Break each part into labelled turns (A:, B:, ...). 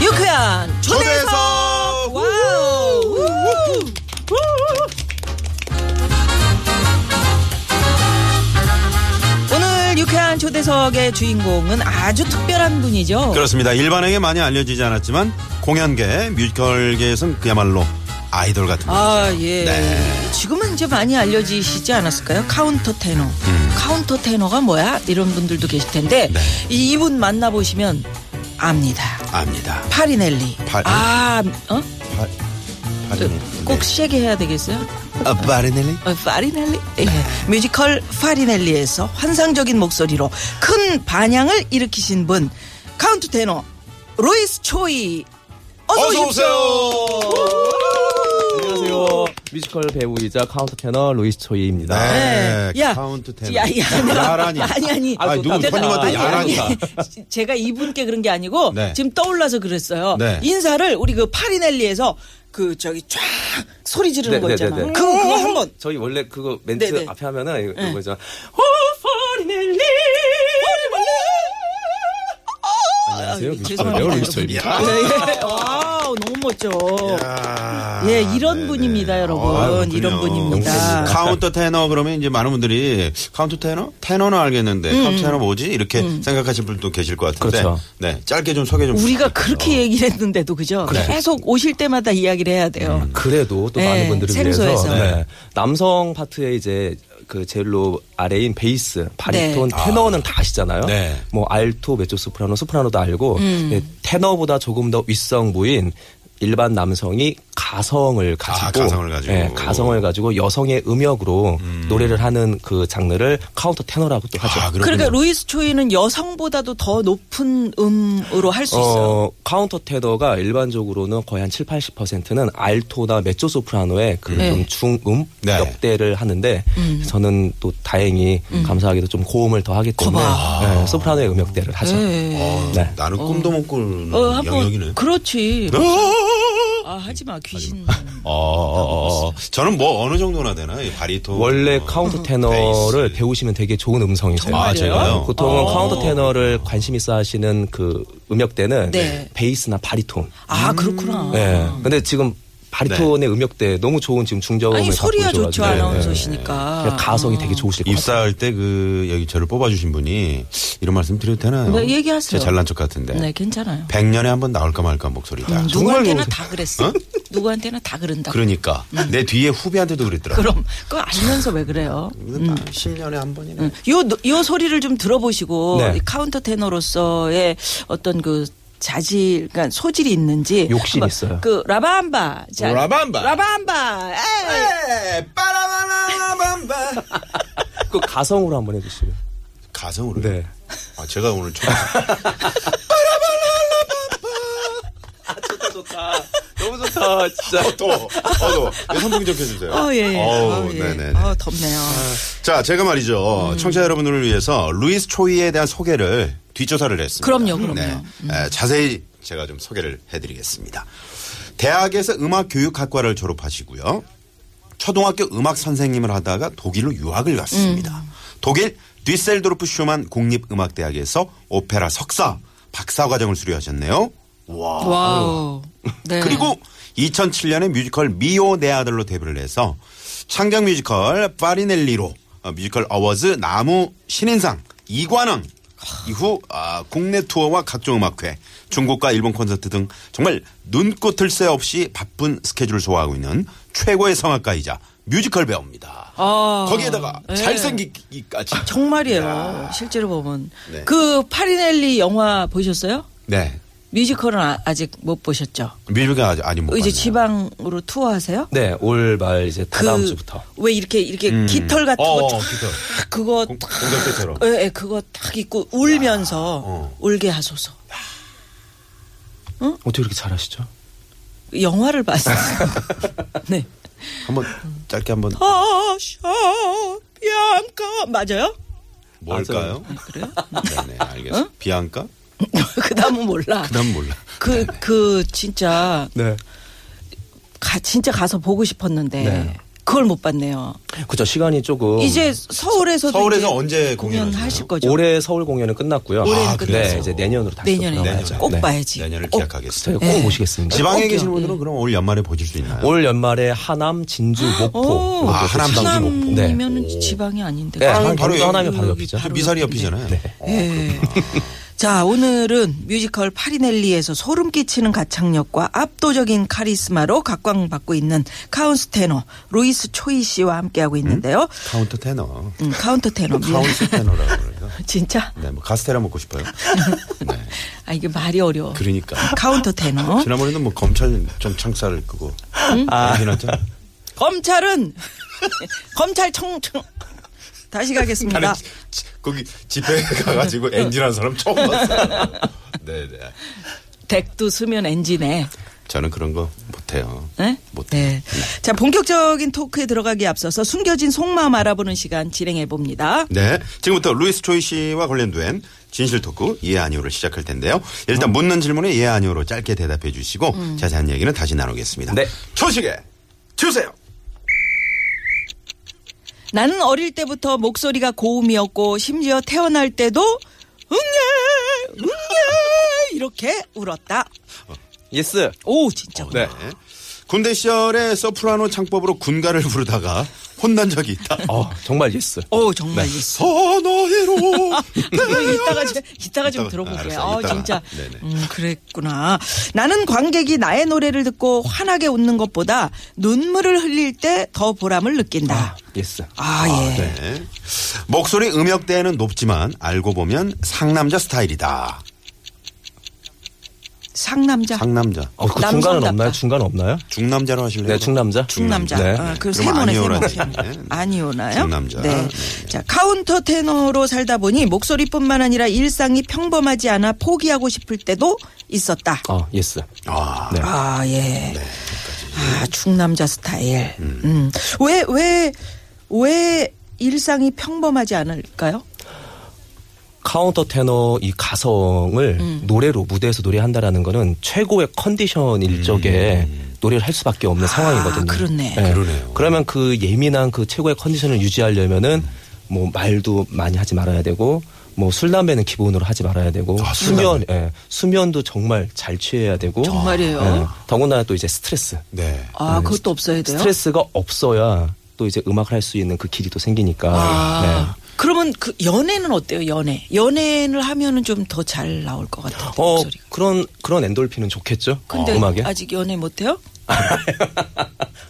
A: 유쾌한 초대석
B: 초대석!
A: 와우 우후! 오늘 유쾌한 초대석의 주인공은 아주 특별한 분이죠
C: 그렇습니다. 일반에게 많이 알려지지 않았지만 공연계, 뮤지컬계에서는 그야말로 아이돌 같은 거.
A: 아예
C: 네.
A: 지금은 이제 많이 알려지시지 않았을까요 카운터 테너 카운터 테너가 뭐야 이런 분들도 계실 텐데
C: 음. 네.
A: 이, 이분 만나보시면 압니다
C: 압니다.
A: 파리넬리
C: 파-
A: 아 어?
C: 파, 파리넬리.
A: 꼭 세게 해야 되겠어요
C: 아, 파리넬리?
A: 어, 파리넬리 예. 뮤지컬 파리넬리에서 환상적인 목소리로 큰 반향을 일으키신 분 카운트 테너 로이스 초이 어서,
D: 안녕하세요. 뮤지컬 배우이자 카운터 테너 로이스 초이입니다.
C: 네.
A: 야,
C: 카운트 텐.
A: 야, 야,
C: 야라니.
A: 아니 아니.
C: 아, 누구
A: 어쨌든-
C: 손님한테
A: 아니, 아니,
C: 야라니.
A: 제가 이분께 그런 게 아니고
C: 네.
A: 지금 떠올라서 그랬어요.
C: 네.
A: 인사를 우리 그 파리넬리에서 그 저기 쫙 소리 지르는
D: 네,
A: 거
D: 네,
A: 있잖아.
D: 네, 네.
A: 그거 그거 한번
D: 저희 원래 그거 멘트
A: 네, 네.
D: 앞에 하면은 이거
A: 네.
D: 이거 있잖아. 오 파리넬리. 안녕하세요.
A: 아,
D: 뮤지컬
A: 죄송합니다.
D: 배우 로이스 초이입니다.
C: 야.
A: 예, 예. 와우, 너무 멋져.
C: 야.
A: 예, 이런
C: 네네.
A: 분입니다, 여러분.
C: 아, 그렇군요. 음.
A: 이런 분입니다.
C: 카운터 테너 그러면 이제 많은 분들이 카운터 테너? 테너는 알겠는데
A: 음.
C: 카운터 테너 뭐지? 이렇게 생각하실 분도 계실 것 같은데.
D: 그렇죠.
C: 네, 짧게 좀 소개 좀.
A: 우리가
C: 부탁드릴게요.
A: 그렇게 얘기를 했는데도 그죠? 계속 오실 때마다 이야기를 해야 돼요.
C: 음.
D: 음, 그래도 또
A: 네,
D: 많은 분들을 위해서
A: 생소해서.
D: 네, 남성 파트에 이제 그 제일로 아래인 베이스,
A: 네.
D: 바리톤, 테너는 다 아시잖아요.
C: 네.
D: 뭐 알토, 메조 소프라노, 소프라노도 알고
A: 음.
D: 네, 테너보다 조금 더 윗성부인 일반 남성이 가성을 가지고,
C: 아, 가성을 가지고.
D: 네, 가성을 가지고 여성의 음역으로 노래를 하는 그 장르를 카운터 테너라고 또 하죠.
C: 아, 그렇군요.
A: 그러니까 루이스 초이는 여성보다도 더 높은 음으로 할 수 있어요.
D: 어, 카운터 테더가 일반적으로는 거의 한 7, 80%는 알토나 메조 소프라노의 그 좀
A: 네. 음.
D: 중음
C: 네.
D: 역대를 하는데 저는 또 다행히 감사하게도 좀 고음을 더 하기 때문에 네, 소프라노의 음역대를 하죠.
C: 어,
D: 네.
C: 나는 꿈도 못 꾸는
A: 어, 한번
C: 영역이네.
A: 그렇지.
C: 네?
A: 아, 하지 마. 귀신.
C: 어, 어, 어, 어. 저는 뭐 어느 정도나 되나? 이 바리톤.
D: 원래
C: 어,
A: 음.
D: 카운터 테너를
C: 베이스.
D: 배우시면 되게 좋은 음성이세요. 네,
C: 아, 제가요?
D: 보통은
C: 어.
D: 카운터 테너를 관심 있어 하시는 그 음역대는
A: 네.
D: 베이스나 바리톤.
A: 아, 그렇구나.
D: 네. 근데 지금 바리톤의 음역대 너무 좋은 지금 중저음을
A: 아니,
D: 갖고
A: 소리야
D: 계셔가지고.
A: 좋죠.
D: 네, 네.
A: 아나운서시니까.
D: 그냥 가성이 되게 좋으실 것 같아요.
C: 입사할 때 그 여기 저를 뽑아주신 분이 이런 말씀 드려도 되나요?
A: 네, 얘기하세요.
C: 제 잘난 척 같은데.
A: 네, 괜찮아요.
C: 100년에 한 번 나올까 말까 목소리다.
A: 누구한테나 다 그랬어. 누구한테나 다 그런다고.
C: 아, 그러니까 내 뒤에 후배한테도 그랬더라고.
A: 음. 그럼 음. 그거 알면서 왜 그래요?
C: 이건 다 10년에 한 번이네.
A: 요, 노- 요 소리를 좀 들어보시고
D: 네.
A: 이 카운터 테너로서의 어떤 그 자질, 그러니까 소질이 있는지
D: 욕심이
A: 한번
D: 있어요.
A: 그 라바암바, 자,
C: 라밤바.
A: 라바암바, 에이.
C: 네, 빠라바라밤바.
D: 그 가성으로 한번 해주시면.
C: 가성으로.
D: 네.
C: 아 제가 오늘 좀
D: 너무 좋다, 진짜.
C: 또, 어, 또, 예, 선풍기 좀 켜주세요.
A: 어, 예, 예.
C: 어우,
A: 어, 예.
C: 네네.
A: 어, 덥네요.
C: 자, 제가 말이죠.
A: 음.
C: 청취자 여러분들을 위해서 루이스 초이에 대한 소개를 뒷조사를 했습니다. 네.
A: 그럼요, 그럼요. 음.
C: 에, 자세히 제가 좀 소개를 해드리겠습니다. 대학에서 음악교육학과를 졸업하시고요. 초등학교 음악 선생님을 하다가 독일로 유학을 갔습니다.
A: 음.
C: 독일 뒤셀도르프 슈만 국립음악대학에서 오페라 석사, 박사 과정을 수료하셨네요. 와.
A: 와우. 네.
C: 아, 그리고 2007년에 뮤지컬 미오 내 아들로 데뷔를 해서 창작 뮤지컬 파리넬리로 어, 뮤지컬 어워즈 나무 신인상 이관왕 이후 아, 국내 투어와 각종 음악회 중국과 일본 콘서트 등 정말 눈꽃을 새 없이 바쁜 스케줄을 소화하고 있는 최고의 성악가이자 뮤지컬 배우입니다.
A: 아.
C: 거기에다가
A: 네. 아,
C: 잘생기기까지
A: 정말이에요. 실제로 보면
C: 네.
A: 그 파리넬리 영화 보셨어요?
C: 네.
A: 뮤지컬은 아, 직못 보셨죠?
C: 뮤지컬 아직 아직 못
A: 어, 이제
C: 봤네요.
A: 지방으로 투어하세요?
D: 네, 올말 이제 그 다다음 주부터.
A: 왜 이렇게 이렇게 깃털 같은
C: 어,
A: 거
C: 어,
A: 쫙
C: 깃털.
A: 그거
C: 공-
A: 탁
C: 공격대처럼.
A: 예, 예, 그거 탁 입고 울면서
C: 어.
A: 울게 하소서.
D: 어떻게 그렇게 잘하시죠?
A: 영화를 봤어요. 네.
C: 한번 짧게 한번
A: 어, 아샤 비앙카 맞아요?
C: 뭘까요?
A: 아, 그래요?
C: 네네 알겠어. 요 비앙카?
A: 그다음은 몰라.
C: 난 몰라. 네.
A: 그, 그, 진짜,
D: 네.
A: 가, 진짜 가서 보고 싶었는데,
D: 네.
A: 그걸 못 봤네요.
D: 그죠 시간이 조금
A: 이제 서울에서도.
C: 어. 서울에서
A: 이제
C: 언제 공연하시나요?
A: 공연하실 거죠?
D: 올해 서울 공연은 끝났고요.
A: 올해는
C: 아,
A: 끝났어요.
D: 네, 이제 내년으로 다시 또
A: 내년에
D: 돌아가야죠.
A: 꼭
D: 네.
A: 봐야지. 어,
C: 내년을
A: 꼭
C: 기약하겠습니다.
D: 저희 꼭
A: 네.
D: 모시겠습니다.
C: 지방에
A: 꼭요.
C: 계신 분들은 그럼 올 연말에 보실 수 있나요?
D: 올 연말에 하남, 진주, 목포.
A: 오,
C: 아, 하남, 진주, 목포.
D: 네.
A: 어? 하남이면 지방이 아닌데.
D: 네,
A: 아,
D: 하남, 바로
C: 바로
D: 하남이
C: 여기,
D: 바로
A: 여기
D: 옆이죠.
A: 바로
C: 미사리
A: 옆인데.
C: 옆이잖아요. 어,
A: 예. 자, 오늘은 뮤지컬 파리넬리에서 소름 끼치는 가창력과 압도적인 카리스마로 각광받고 있는 카운스 테너 로이스 초이 씨와 함께하고 있는데요.
C: 카운터 테너.
A: 음, 카운터 테너. 미안.
C: 음? 카운터 테너라고 그래요.
A: 진짜?
C: 네, 뭐 카스테라 먹고 싶어요. 네,
A: 아, 이게 말이 어려워.
C: 그러니까.
A: 카운터 테너.
C: 지난번에는 뭐 검찰 좀 창살을 끄고 아지났죠
A: 음, 검찰은 검찰 청, 청 다시 가겠습니다.
C: 거기 집회 가가지고 엔진한 사람 처음 봤어요. 네네.
A: 덱도 수면 엔진에.
C: 저는 그런 거 못해요.
A: 네?
C: 못해.
A: 네. 자, 본격적인 토크에 들어가기 앞서서 숨겨진 속마음 알아보는 시간 진행해 봅니다.
C: 네. 지금부터 루이스 초이 씨와 관련된 진실 토크 예 아니오를 시작할 텐데요.
A: 음.
C: 일단 묻는 질문에 예 아니오로 짧게 대답해 주시고 자세한 얘기는 다시 나누겠습니다.
D: 네.
C: 초식에 주세요.
A: 나는 어릴 때부터 목소리가 고음이었고 심지어 태어날 때도 응애 응애 이렇게 울었다.
D: 예스.
A: 오 진짜.
D: 네.
C: 네. 군대 시절에 서프라노 창법으로 군가를 부르다가 혼난 적이 있다.
D: 어, 정말 예스.
A: 오 정말
C: 네.
A: 이
C: 선어해로
A: 이따가 좀, 이따가 좀
C: 이따가,
A: 들어볼게요.
C: 알았어요.
A: 아,
C: 이따가.
A: 진짜.
C: 네네.
A: 음, 그랬구나. 나는 관객이 나의 노래를 듣고 환하게 웃는 것보다 눈물을 흘릴 때 더 보람을 느낀다.
D: 예스.
A: 아, 예.
C: 네. 목소리 음역대는 높지만 알고 보면 상남자 스타일이다.
A: 상남자.
C: 상남자.
D: 어, 그
A: 남성답다.
D: 중간은 없나요? 중간 없나요?
C: 중남자로 하실래요?
D: 네, 중남자.
A: 중남자.
D: 네.
A: 아, 그
C: 그럼
A: 세모네,
C: 아니오라는
A: 세모.
C: 얘기네.
A: 아니오나요?
C: 중남자.
A: 네.
C: 네.
A: 자, 카운터 테너로 살다 보니 목소리뿐만 아니라 일상이 평범하지 않아 포기하고 싶을 때도 있었다.
D: 어, 예스.
C: 아,
D: 네.
A: 아, 예. 아, 중남자 스타일. 음. 왜, 왜, 왜 일상이 평범하지 않을까요?
D: 카운터 테너 이 가성을
A: 음.
D: 노래로 무대에서 노래한다라는 거는 최고의 컨디션일 적에 노래를 할 수밖에 없는 상황이거든요.
A: 아, 그렇네.
C: 음. 그러네요.
D: 그러면 그 예민한 그 최고의 컨디션을 유지하려면은 뭐 말도 많이 하지 말아야 되고 뭐 술 담배는 기본으로 하지 말아야 되고
C: 아, 술,
D: 수면 예, 수면도 정말 잘 취해야 되고 예, 아,
A: 정말이에요?
D: 더군다나 또 이제 스트레스
C: 네.
A: 아, 그것도 없어야 돼요?
D: 네. 스트레스가 없어야 또 이제 음악을 할 수 있는 그 길이 또 생기니까 네.
A: 아, 그러면 그 연애는 어때요? 연애. 연애를 하면은 좀 더 잘 나올 것 같아요.
D: 어
A: 목소리가.
D: 그런 그런 엔돌핀은 좋겠죠.
A: 근데
D: 음악에
A: 아직 연애 못해요?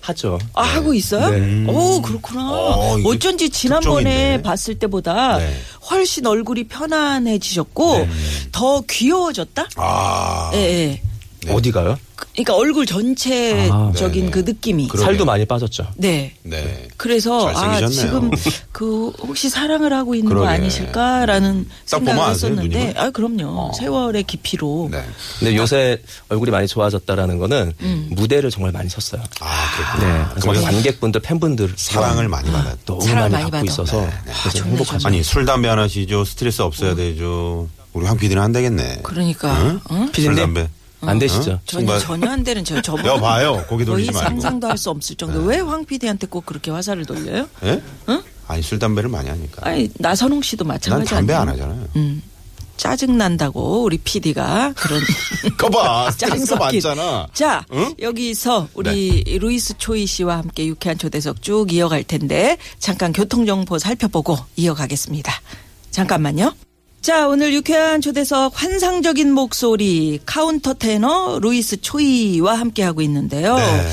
D: 하죠.
A: 아, 하고 있어요? 오, 그렇구나.
C: 네. 어, 이게
A: 어쩐지 지난번에
C: 특종이네.
A: 봤을 때보다
C: 네.
A: 훨씬 얼굴이 편안해지셨고 더 귀여워졌다?
C: 아,
A: 예, 예.
C: 네.
D: 어디가요?
A: 그러니까 얼굴 전체적인
C: 아, 네네.
A: 그 느낌이.
C: 그러- 그러게요.
D: 살도 많이 빠졌죠.
A: 네.
C: 네.
A: 그래서 아 지금
C: 잘생기셨네요.
A: 그 혹시 사랑을 하고 있는 거
C: 그러게.
A: 아니실까라는
C: 딱 보면
A: 생각을
C: 아세요,
A: 했었는데
C: 누님은?
A: 아 그럼요
C: 어.
A: 세월의 깊이로
C: 네.
D: 근데 요새 얼굴이 많이 좋아졌다라는 거는
A: 음.
D: 무대를 정말 많이 섰어요.
C: 아,
D: 네.
C: 그렇구나.
D: 그래서 관객분들, 팬분들 아,
C: 사랑을 많이 받았.
D: 너무
A: 사랑을
D: 많이,
A: 많이
D: 받고
A: 받아.
D: 있어서
C: 네, 네.
D: 그래서 행복하죠.
C: 아니, 술 담배 안 하시죠. 스트레스 없어야 되죠. 우리 황 PD는 안 되겠네.
A: 음. 그러니까 응?
C: 술
D: 피디님?
C: 담배.
D: 안 되시죠?
A: 전혀
C: 정말.
A: 전혀 안 되는 저 저분
C: 여봐요. 고개
A: 거의
C: 돌리지 말고. 네.
A: 상상도 할 수 없을 정도 왜 황 PD한테 꼭 그렇게 화살을 돌려요?
C: 예?
A: 응?
C: 아니, 술 담배를 많이 하니까.
A: 아니 음. 나선홍 씨도
C: 난
A: 마찬가지
C: 담배
A: 아니에요?
C: 안 하잖아요.
A: 짜증 난다고 우리 PD가 그런
C: 아, 거봐. 스트레스
A: 아, 짜증
C: 많잖아.
A: 자,
C: 응? 네.
A: 여기서 우리 루이스 초이 씨와 함께 유쾌한 초대석 쭉 이어갈 텐데 잠깐 교통 정보 살펴보고 이어가겠습니다. 잠깐만요. 자, 오늘 유쾌한 초대석 환상적인 목소리 카운터 테너 루이스 초이와 함께하고 있는데요.
C: 네.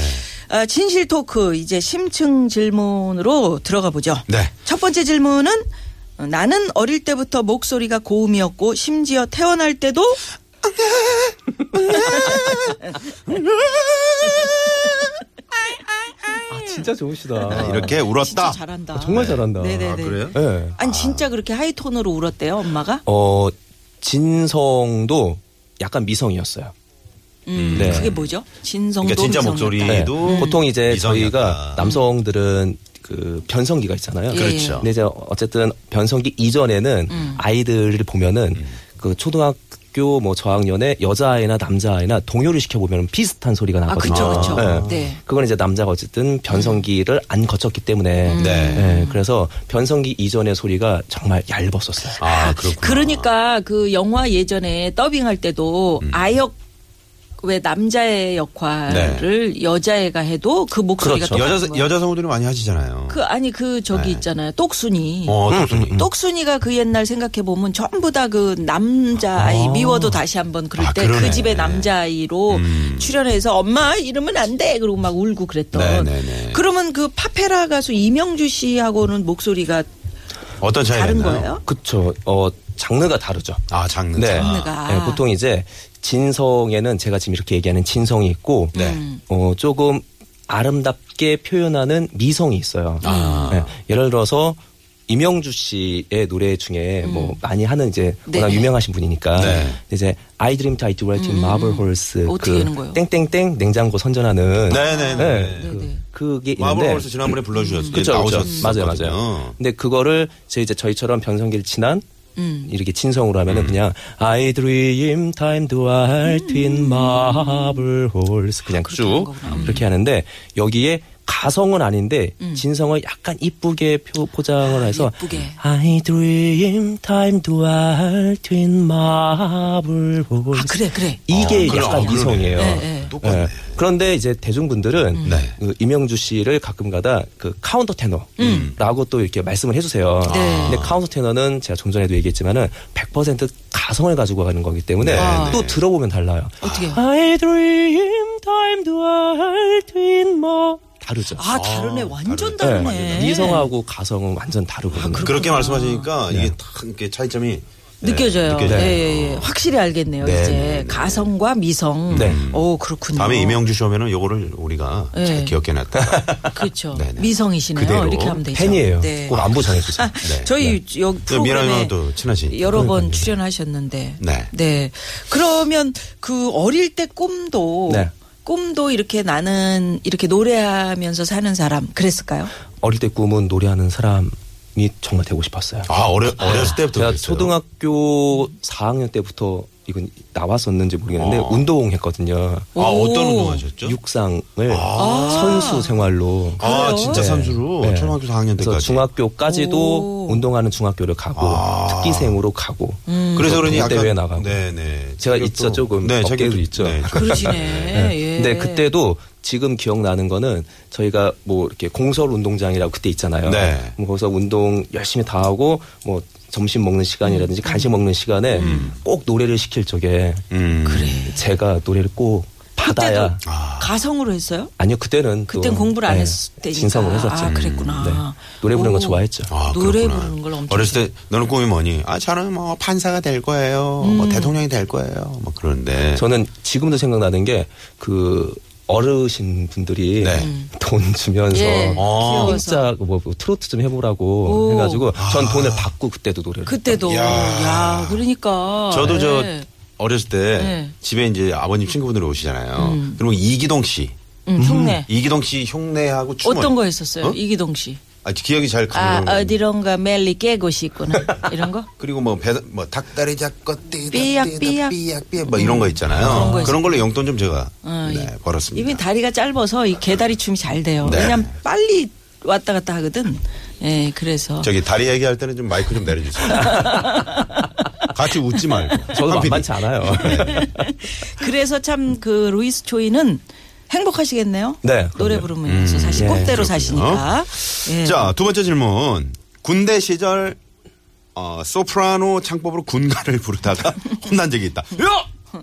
A: 아, 진실 토크 이제 심층 질문으로 들어가 보죠.
C: 네.
A: 첫 번째 질문은 나는 어릴 때부터 목소리가 고음이었고 심지어 태어날 때도
D: 아, 진짜 좋으시다.
C: 이렇게 울었다.
A: 진짜 잘한다.
D: 정말 잘한다.
A: 네네네.
C: 아, 그래요?
D: 예.
A: 아니 진짜 그렇게 하이톤으로 울었대요 엄마가?
D: 어, 진성도 약간 미성이었어요.
A: 음,
D: 네.
A: 그게 뭐죠? 진성도
C: 그러니까 진짜
A: 미성이었다.
D: 네.
C: 목소리도
D: 보통 이제
C: 이성이었다.
D: 저희가 남성들은 그 변성기가 있잖아요.
A: 예,
C: 그렇죠.
D: 근데 이제 어쨌든 변성기 이전에는 아이들을 보면은 그 초등학교 뭐 저학년에 여자아이나 남자아이나 동요를 시켜보면 비슷한 소리가
A: 아
D: 나거든요.
A: 그쵸 그쵸.
D: 예.
A: 네.
D: 그건 이제 남자가 어쨌든 변성기를 안 거쳤기 때문에
C: 네.
D: 예, 그래서 변성기 이전의 소리가 정말 얇았었어요.
C: 아, 그렇구나.
A: 그러니까 그 영화 예전에 더빙할 때도
C: 음.
A: 아역 왜 남자의 역할을 여자애가 해도 그 목소리가
D: 그렇죠.
A: 똑같은
C: 네. 여자
A: 거예요.
C: 여자 성우들이 많이 하시잖아요.
A: 그 아니 그 저기
C: 네.
A: 있잖아요 똑순이
C: 어, 독순이.
A: 똑순이가 그 옛날 생각해 보면 전부 다 그 남자 아이
D: 아.
A: 미워도 다시 한번 그럴
C: 아,
A: 때 그
C: 그러네.
A: 집의 남자 아이로
C: 음.
A: 출연해서 엄마 이러면 안 돼 그러고 막 울고 그랬던.
C: 네네네.
A: 그러면 그 파페라 가수 이명주 씨하고는 목소리가
C: 어떤 차이가
A: 다른
C: 있나요?
A: 거예요?
D: 그쵸. 어, 장르가 다르죠.
C: 아, 장르.
D: 네.
A: 장르가.
D: 예, 보통 이제 진성에는 제가 지금 이렇게 얘기하는 진성이 있고
C: 네.
A: 음.
D: 어, 조금 아름답게 표현하는 미성이 있어요.
C: 아.
A: 음.
D: 예, 예를 들어서 이명주 씨의 노래 중에 뭐 많이 하는 이제
A: 네.
D: 워낙 유명하신 분이니까
C: 음. 네. 음.
D: 이제 I Dream I Do Right in Marble Horse
A: 어떻게 되는 거예요?
D: 그 땡땡땡 냉장고 선전하는
C: 네네네.
D: 예,
C: 네.
A: 네.
D: 그, 게
C: 마블
D: 있는데
C: 월스 지난번에 불러주셨어요.
D: 그쵸, 그쵸. 맞아요,
C: 나오셨었거든요.
D: 맞아요. 근데 그거를 제 이제 저희처럼 변성기를 지난
A: 음.
D: 이렇게 진성으로 하면은 그냥 I dream time to art in marble halls 그냥
A: 그렇게 하는
D: 쭉
A: 거구나.
D: 그렇게 하는데 여기에 가성은 아닌데 진성을 약간 이쁘게 표- 포장을 해서
A: 음. 이쁘게.
D: I dream time to art in marble halls
A: 아 그래 아, 그래.
D: 이게
C: 어, 그래. 어,
D: 약간
C: 그러네.
D: 이성이에요.
A: 네, 네.
C: 똑같네.
D: 예. 그런데 이제 대중분들은
C: 네.
D: 그 이명주 씨를 가끔가다 그 카운터
C: 음.
D: 테너라고 또 이렇게 말씀을 해주세요.
A: 네.
D: 근데 카운터 테너는 제가 좀 전에도 얘기했지만은 100% 가성을 가지고 가는 거기 때문에
C: 네,
D: 또
C: 네.
D: 들어보면 달라요.
A: 어떻게 해요?
D: I dream time to art in more 다르죠.
A: 아 다르네 완전
D: 네.
A: 다르네.
D: 미성하고 가성은 완전 다르거든요.
C: 아, 그렇게 말씀하시니까 이게 탁 이렇게 차이점이
A: 네.
C: 네,
A: 느껴져요.
C: 느껴져요.
A: 예, 예, 예. 확실히 알겠네요.
C: 네,
A: 이제
C: 네, 네.
A: 가성과 미성.
D: 네.
A: 오 그렇군요.
C: 다음에 이명주 씨 오면은 요거를 우리가
A: 네.
C: 잘 기억해 놨다.
A: 그렇죠.
C: 네, 네.
A: 미성이시네요.
C: 그대로
A: 이렇게 하면 되죠.
D: 팬이에요.
A: 네.
D: 꼭 안부 전해주세요.
C: 네.
A: 저희 여기
C: 미라
A: 프로그램에
C: 누나도 친하시니까.
A: 여러 번
C: 네.
A: 출연하셨는데.
C: 네.
A: 그러면 그 어릴 때 꿈도
D: 네.
A: 꿈도 이렇게 나는 이렇게 노래하면서 사는 사람 그랬을까요?
D: 어릴 때 꿈은 노래하는 사람이 정말 되고 싶었어요.
C: 아, 어려, 어렸을 때부터.
D: 제가
C: 그랬어요?
D: 초등학교 4학년 때부터 이건 나왔었는지 모르겠는데
C: 어.
D: 운동 했거든요.
C: 아, 어떤
A: 오.
C: 운동하셨죠?
D: 육상을
C: 아.
D: 선수 생활로.
C: 아, 진짜
D: 네.
C: 선수로
D: 네.
C: 초등학교 4학년
D: 그래서
C: 때까지.
D: 중학교까지도
A: 오.
D: 운동하는 중학교를 가고
C: 아.
D: 특기생으로 가고.
A: 음,
C: 그래서 그러니
D: 동대회
C: 약간
D: 나가고.
C: 네네.
D: 제가 있죠, 조금. 어깨도 있죠.
A: 그러시네. 예.
D: 근데 그때도 지금 기억나는 거는 저희가 뭐 이렇게 공설 운동장이라고 그때 있잖아요.
C: 네.
D: 뭐 거기서 운동 열심히 다 하고 뭐 점심 먹는
A: 음,
D: 시간이라든지 간식 먹는 시간에
C: 음.
D: 꼭 노래를 시킬 적에
C: 그래.
D: 제가 노래를 꼭 받아야
A: 그때도 가성으로 했어요?
D: 아니요 그때는 또,
A: 그땐 공부를 안
D: 네,
A: 했을 때니까.
D: 진성으로 했었죠. 음, 네.
A: 아, 그랬구나.
D: 노래 부르는 거
A: 오.
D: 좋아했죠.
C: 아,
A: 노래
C: 그렇구나.
A: 부르는 걸 엄청
C: 어렸을 때 너는 꿈이 뭐니? 아 저는 뭐 판사가 될 거예요.
A: 음.
C: 뭐 대통령이 될 거예요. 뭐 그런데
D: 저는 지금도 생각나는 게 그 어르신 분들이
C: 네. 음.
D: 돈 주면서
A: 예,
C: 아.
A: 귀여워서.
D: 진짜 뭐 트로트 좀 해보라고
A: 오.
D: 해가지고 전 돈을
C: 아.
D: 받고 그때도 노래를
A: 그때도
C: 야.
A: 야, 그러니까
C: 저도 저
A: 네.
C: 어렸을 때
A: 네.
C: 집에 이제 아버님 친구분들이 오시잖아요. 그리고 이기동 씨,
A: 음, 흉내
C: 이기동 씨 흉내하고 춤을
A: 어떤 거 했었어요?
C: 어?
A: 이기동 씨.
C: 아, 기억이 잘
A: 아
C: 가는
A: 어디론가 멜리 깨고 싶구나 이런 거?
C: 그리고 뭐, 배, 뭐 닭다리 잡고 띠다,
A: 삐약,
C: 띠다,
A: 삐약.
C: 삐약 삐약 뭐 이런 거 있잖아요.
A: 음. 그런 거
C: 그런, 걸로 용돈 좀 제가
A: 어,
C: 네,
A: 이-
C: 벌었습니다.
A: 이미 다리가 짧아서 이 개다리 춤이 잘 돼요.
C: 네.
A: 왜냐면 빨리 왔다 갔다 하거든. 예, 그래서
C: 저기 다리 얘기할 때는 좀 마이크 좀 내려주세요. 같이 웃지 말고.
D: 저도
C: 한 네. PD.
D: 만만치 않아요.
A: 그래서 참 그 루이스 초이는 행복하시겠네요.
D: 네,
A: 노래
D: 그럼요.
A: 부르면서 사실
D: 예,
A: 꽃대로
C: 그렇군요.
A: 사시니까. 예.
C: 자, 두 번째 질문. 군대 시절 어, 소프라노 창법으로 군가를 부르다가 혼난 적이 있다. 야!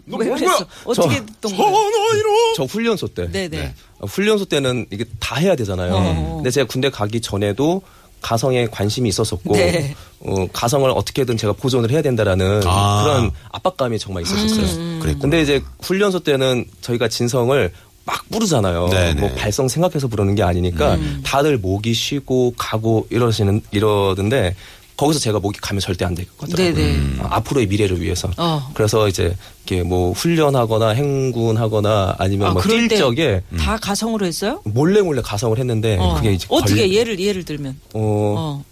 C: 너
A: 왜
C: 뭐야?
A: 그랬어? 어떻게
D: 저-
A: 동
C: 전화이로
D: 저 훈련소 때.
A: 네네.
D: 어, 훈련소 때는 이게 다 해야 되잖아요.
A: 어.
D: 근데 제가 군대 가기 전에도 가성에 관심이 있었었고
A: 네.
D: 어, 가성을 어떻게든 제가 보존을 해야 된다라는
C: 아.
D: 그런 압박감이 정말 있었었어요.
A: 음.
C: 그랬구나.
D: 근데 이제 훈련소 때는 저희가 진성을 막 부르잖아요.
C: 네네.
D: 뭐 발성 생각해서 부르는 게 아니니까
A: 음.
D: 다들 목이 쉬고 가고 이러시는 이러던데 거기서 제가 목이 가면 절대 안 되거든요.
A: 네네.
C: 음.
D: 아, 앞으로의 미래를 위해서.
A: 어.
D: 그래서 이제 이렇게 뭐 훈련하거나 행군하거나 아니면
A: 아,
D: 뭐
A: 그럴
D: 뛸
A: 때
D: 적에
A: 다 가성으로 했어요?
D: 몰래 몰래 가성을 했는데
A: 어.
D: 네, 그게 이제
A: 어떻게
D: 걸리-
A: 예를 예를 들면
D: 어,
A: 어.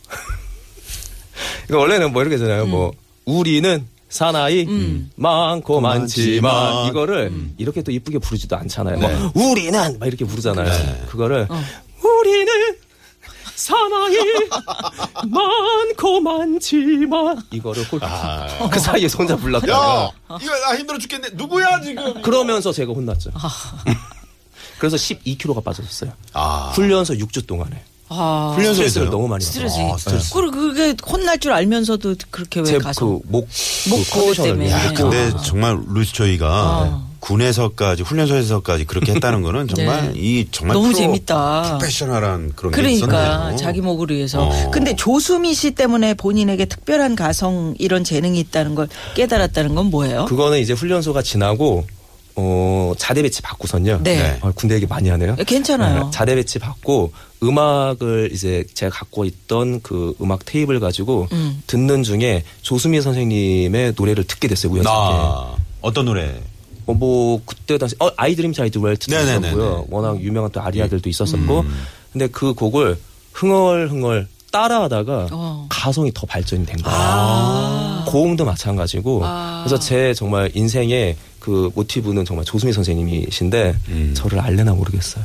D: 그러니까 원래는 뭐 이렇게 되잖아요.
A: 음.
D: 뭐 우리는 사나이 많고 많지만,
C: 음. 많지만. 음.
D: 이거를 이렇게 또 이쁘게 부르지도 않잖아요.
C: 네.
D: 막 우리는 막 이렇게 부르잖아요. 그거를
A: 어.
D: 우리는 사나이 많고 많지만 이거를 홀- 그 사이에 혼자 불렀다가
C: 아. 야, 이거 나 힘들어 죽겠네. 누구야 지금?
D: 그러면서 제가 혼났죠.
A: 아.
D: 그래서 12kg가 빠졌어요.
C: 아,
D: 훈련소 6주 동안에
A: 아.
C: 훈련소에서
D: 스트레스를 너무 많이 받았어요.
A: 스트레스.
C: 아, 스트레스.
A: 그리고 그게 혼날 줄 알면서도 그렇게 왜 가성?
D: 제그목목
A: 목 그거 때문에.
C: 야,
A: 네.
C: 아, 근데 정말 루스초이가
A: 아.
C: 군에서까지 훈련소에서까지 그렇게 했다는 거는 정말 이 정말
A: 네. 너무
C: 그 프로,
A: 재밌다.
C: 프로페셔널한 그런 게
A: 그러니까
C: 있었네요.
A: 자기 목을 위해서.
C: 어.
A: 근데 조수미 씨 때문에 본인에게 특별한 가성 이런 재능이 있다는 걸 깨달았다는 건 뭐예요?
D: 그거는 이제 훈련소가 지나고 어 자대 배치 받고선요.
A: 네.
C: 네.
D: 어, 군대 얘기 많이 하네요.
A: 예, 괜찮아요.
D: 네, 자대 배치 받고 음악을 이제 제가 갖고 있던 그 음악 테이블 가지고
A: 음.
D: 듣는 중에 조수미 선생님의 노래를 듣게 됐어요 우연찮게.
A: 네.
C: 나 어떤 노래?
D: 어, 뭐 그때 당시 어 아이드림 자이드 웰트도
C: 네네네네. 예. 음.
D: 있었고요. 워낙 유명한 또 아리아들도 있었었고. 근데 그 곡을 흥얼흥얼 따라하다가
A: 어.
D: 가성이 더 발전이 된 거예요.
A: 아.
D: 고음도 마찬가지고. 그래서 제 정말 인생의 그 모티브는 정말 조수미 선생님이신데 저를 알려나 모르겠어요.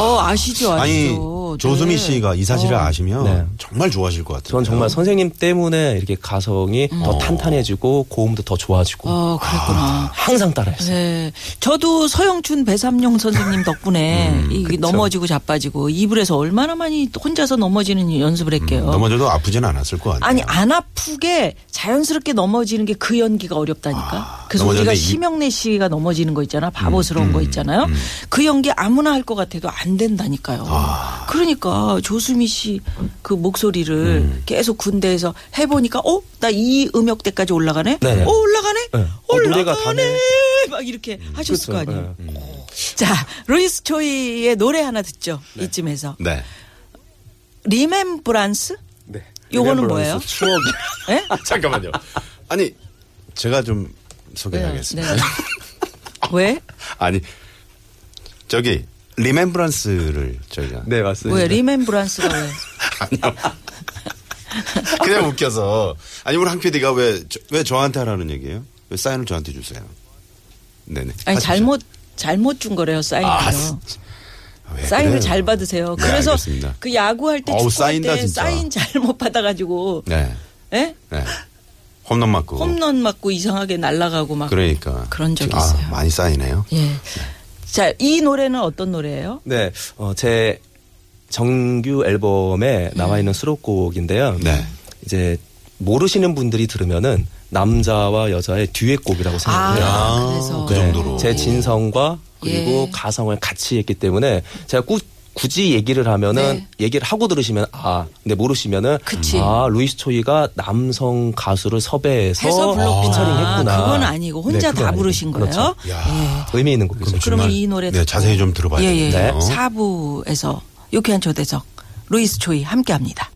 A: 어, 아시죠,
C: 아니
A: 아시죠. 네. 어.
C: 조수미 씨가 이 사실을 아시면
D: 네.
C: 정말 좋아하실 것 같아요.
D: 전 정말 선생님 때문에 이렇게 가성이 더 탄탄해지고 고음도 더 좋아지고
A: 음. 어, 그랬구나.
D: 항상 따라했어요.
A: 네. 저도 서영춘 배삼룡 선생님 덕분에
C: 음,
A: 이게 넘어지고 자빠지고 이불에서 얼마나 많이 혼자서 넘어지는 연습을 했게요.
C: 음, 넘어져도 아프진 않았을 것 같아요.
A: 아니 안 아프게 자연스럽게 넘어지는 게 그 연기가 어렵다니까.
C: 아,
A: 그래서 우리가
C: 넘어졌는데 이-
A: 심영래 씨가 넘어지는 거 있잖아, 바보스러운 거 있잖아요. 그 연기 아무나 할 것 같아도 안 된다니까요. 그러니까 조수미 씨 그 목소리를 계속 군대에서 해보니까 어 나 이 음역대까지 올라가네.
D: 네네.
A: 어 올라가네.
D: 네. 어,
A: 올라가네.
D: 노래가 다네.
A: 막 이렇게 하셨을
D: 그렇죠.
A: 거 아니에요. 자 루이스 초이의 노래 하나 듣죠. 이쯤에서
C: 네.
A: 리멤브란스.
D: 네.
A: 요거는 뭐예요?
D: 추억.
A: 예?
C: 잠깐만요. 아니 제가 좀 소개하겠습니다.
A: 네. 왜?
C: 아니 저기 리멤브란스를 저희가
D: 네 맞습니다.
A: 왜 리멤브란스가 왜?
C: 그냥 웃겨서 아니 우리 황 PD가 왜 왜 저한테 하라는 얘기예요? 왜 사인을 저한테 주세요? 네네.
A: 아니
C: 하십시오.
A: 잘못 잘못 준 거래요 사인을요.
C: 아, 진짜. 왜
A: 사인을
C: 그래요?
A: 잘 받으세요.
C: 네,
A: 그래서
C: 알겠습니다.
A: 그 야구할 때
C: 어우,
A: 축구할
C: 쌓인다,
A: 때
C: 진짜.
A: 사인 잘못 받아가지고
C: 네.
A: 예?
C: 네. 홈런 맞고.
A: 홈런 맞고 이상하게 날아가고 막.
C: 뭐. 그러니까
A: 그런 적이
C: 아,
A: 있어요.
C: 많이 쌓이네요.
A: 예. 자 이 노래는 어떤 노래예요?
D: 네, 어, 제 정규
A: 음.
D: 앨범에 나와 있는 수록곡인데요.
C: 네.
D: 이제 모르시는 분들이 들으면은 남자와 여자의 듀엣곡이라고 생각해요.
A: 아,
C: 아,
A: 그래서
C: 그 정도로.
D: 네. 제 진성과 그리고
A: 예.
D: 가성을 같이 했기 때문에 제가 꾸- 굳이 얘기를 하면은
A: 네.
D: 얘기를 하고 들으시면 아 근데 모르시면은
A: 그치.
D: 아 루이스 초이가 남성 가수를 섭외해서
A: 해서 불렀구나.
D: 피처링했구나
A: 그건 아니고 혼자
D: 네,
A: 다
D: 그건 아니고.
A: 부르신 거예요.
D: 그렇죠.
C: 야.
D: 의미 있는 곡이죠.
A: 그러면
C: 정말,
A: 이 노래
C: 네,
A: 듣고
C: 자세히 좀 들어봐야
A: 예, 예.
C: 되겠네요.
A: 사부에서 유쾌한 초대석 루이스 초이 함께합니다.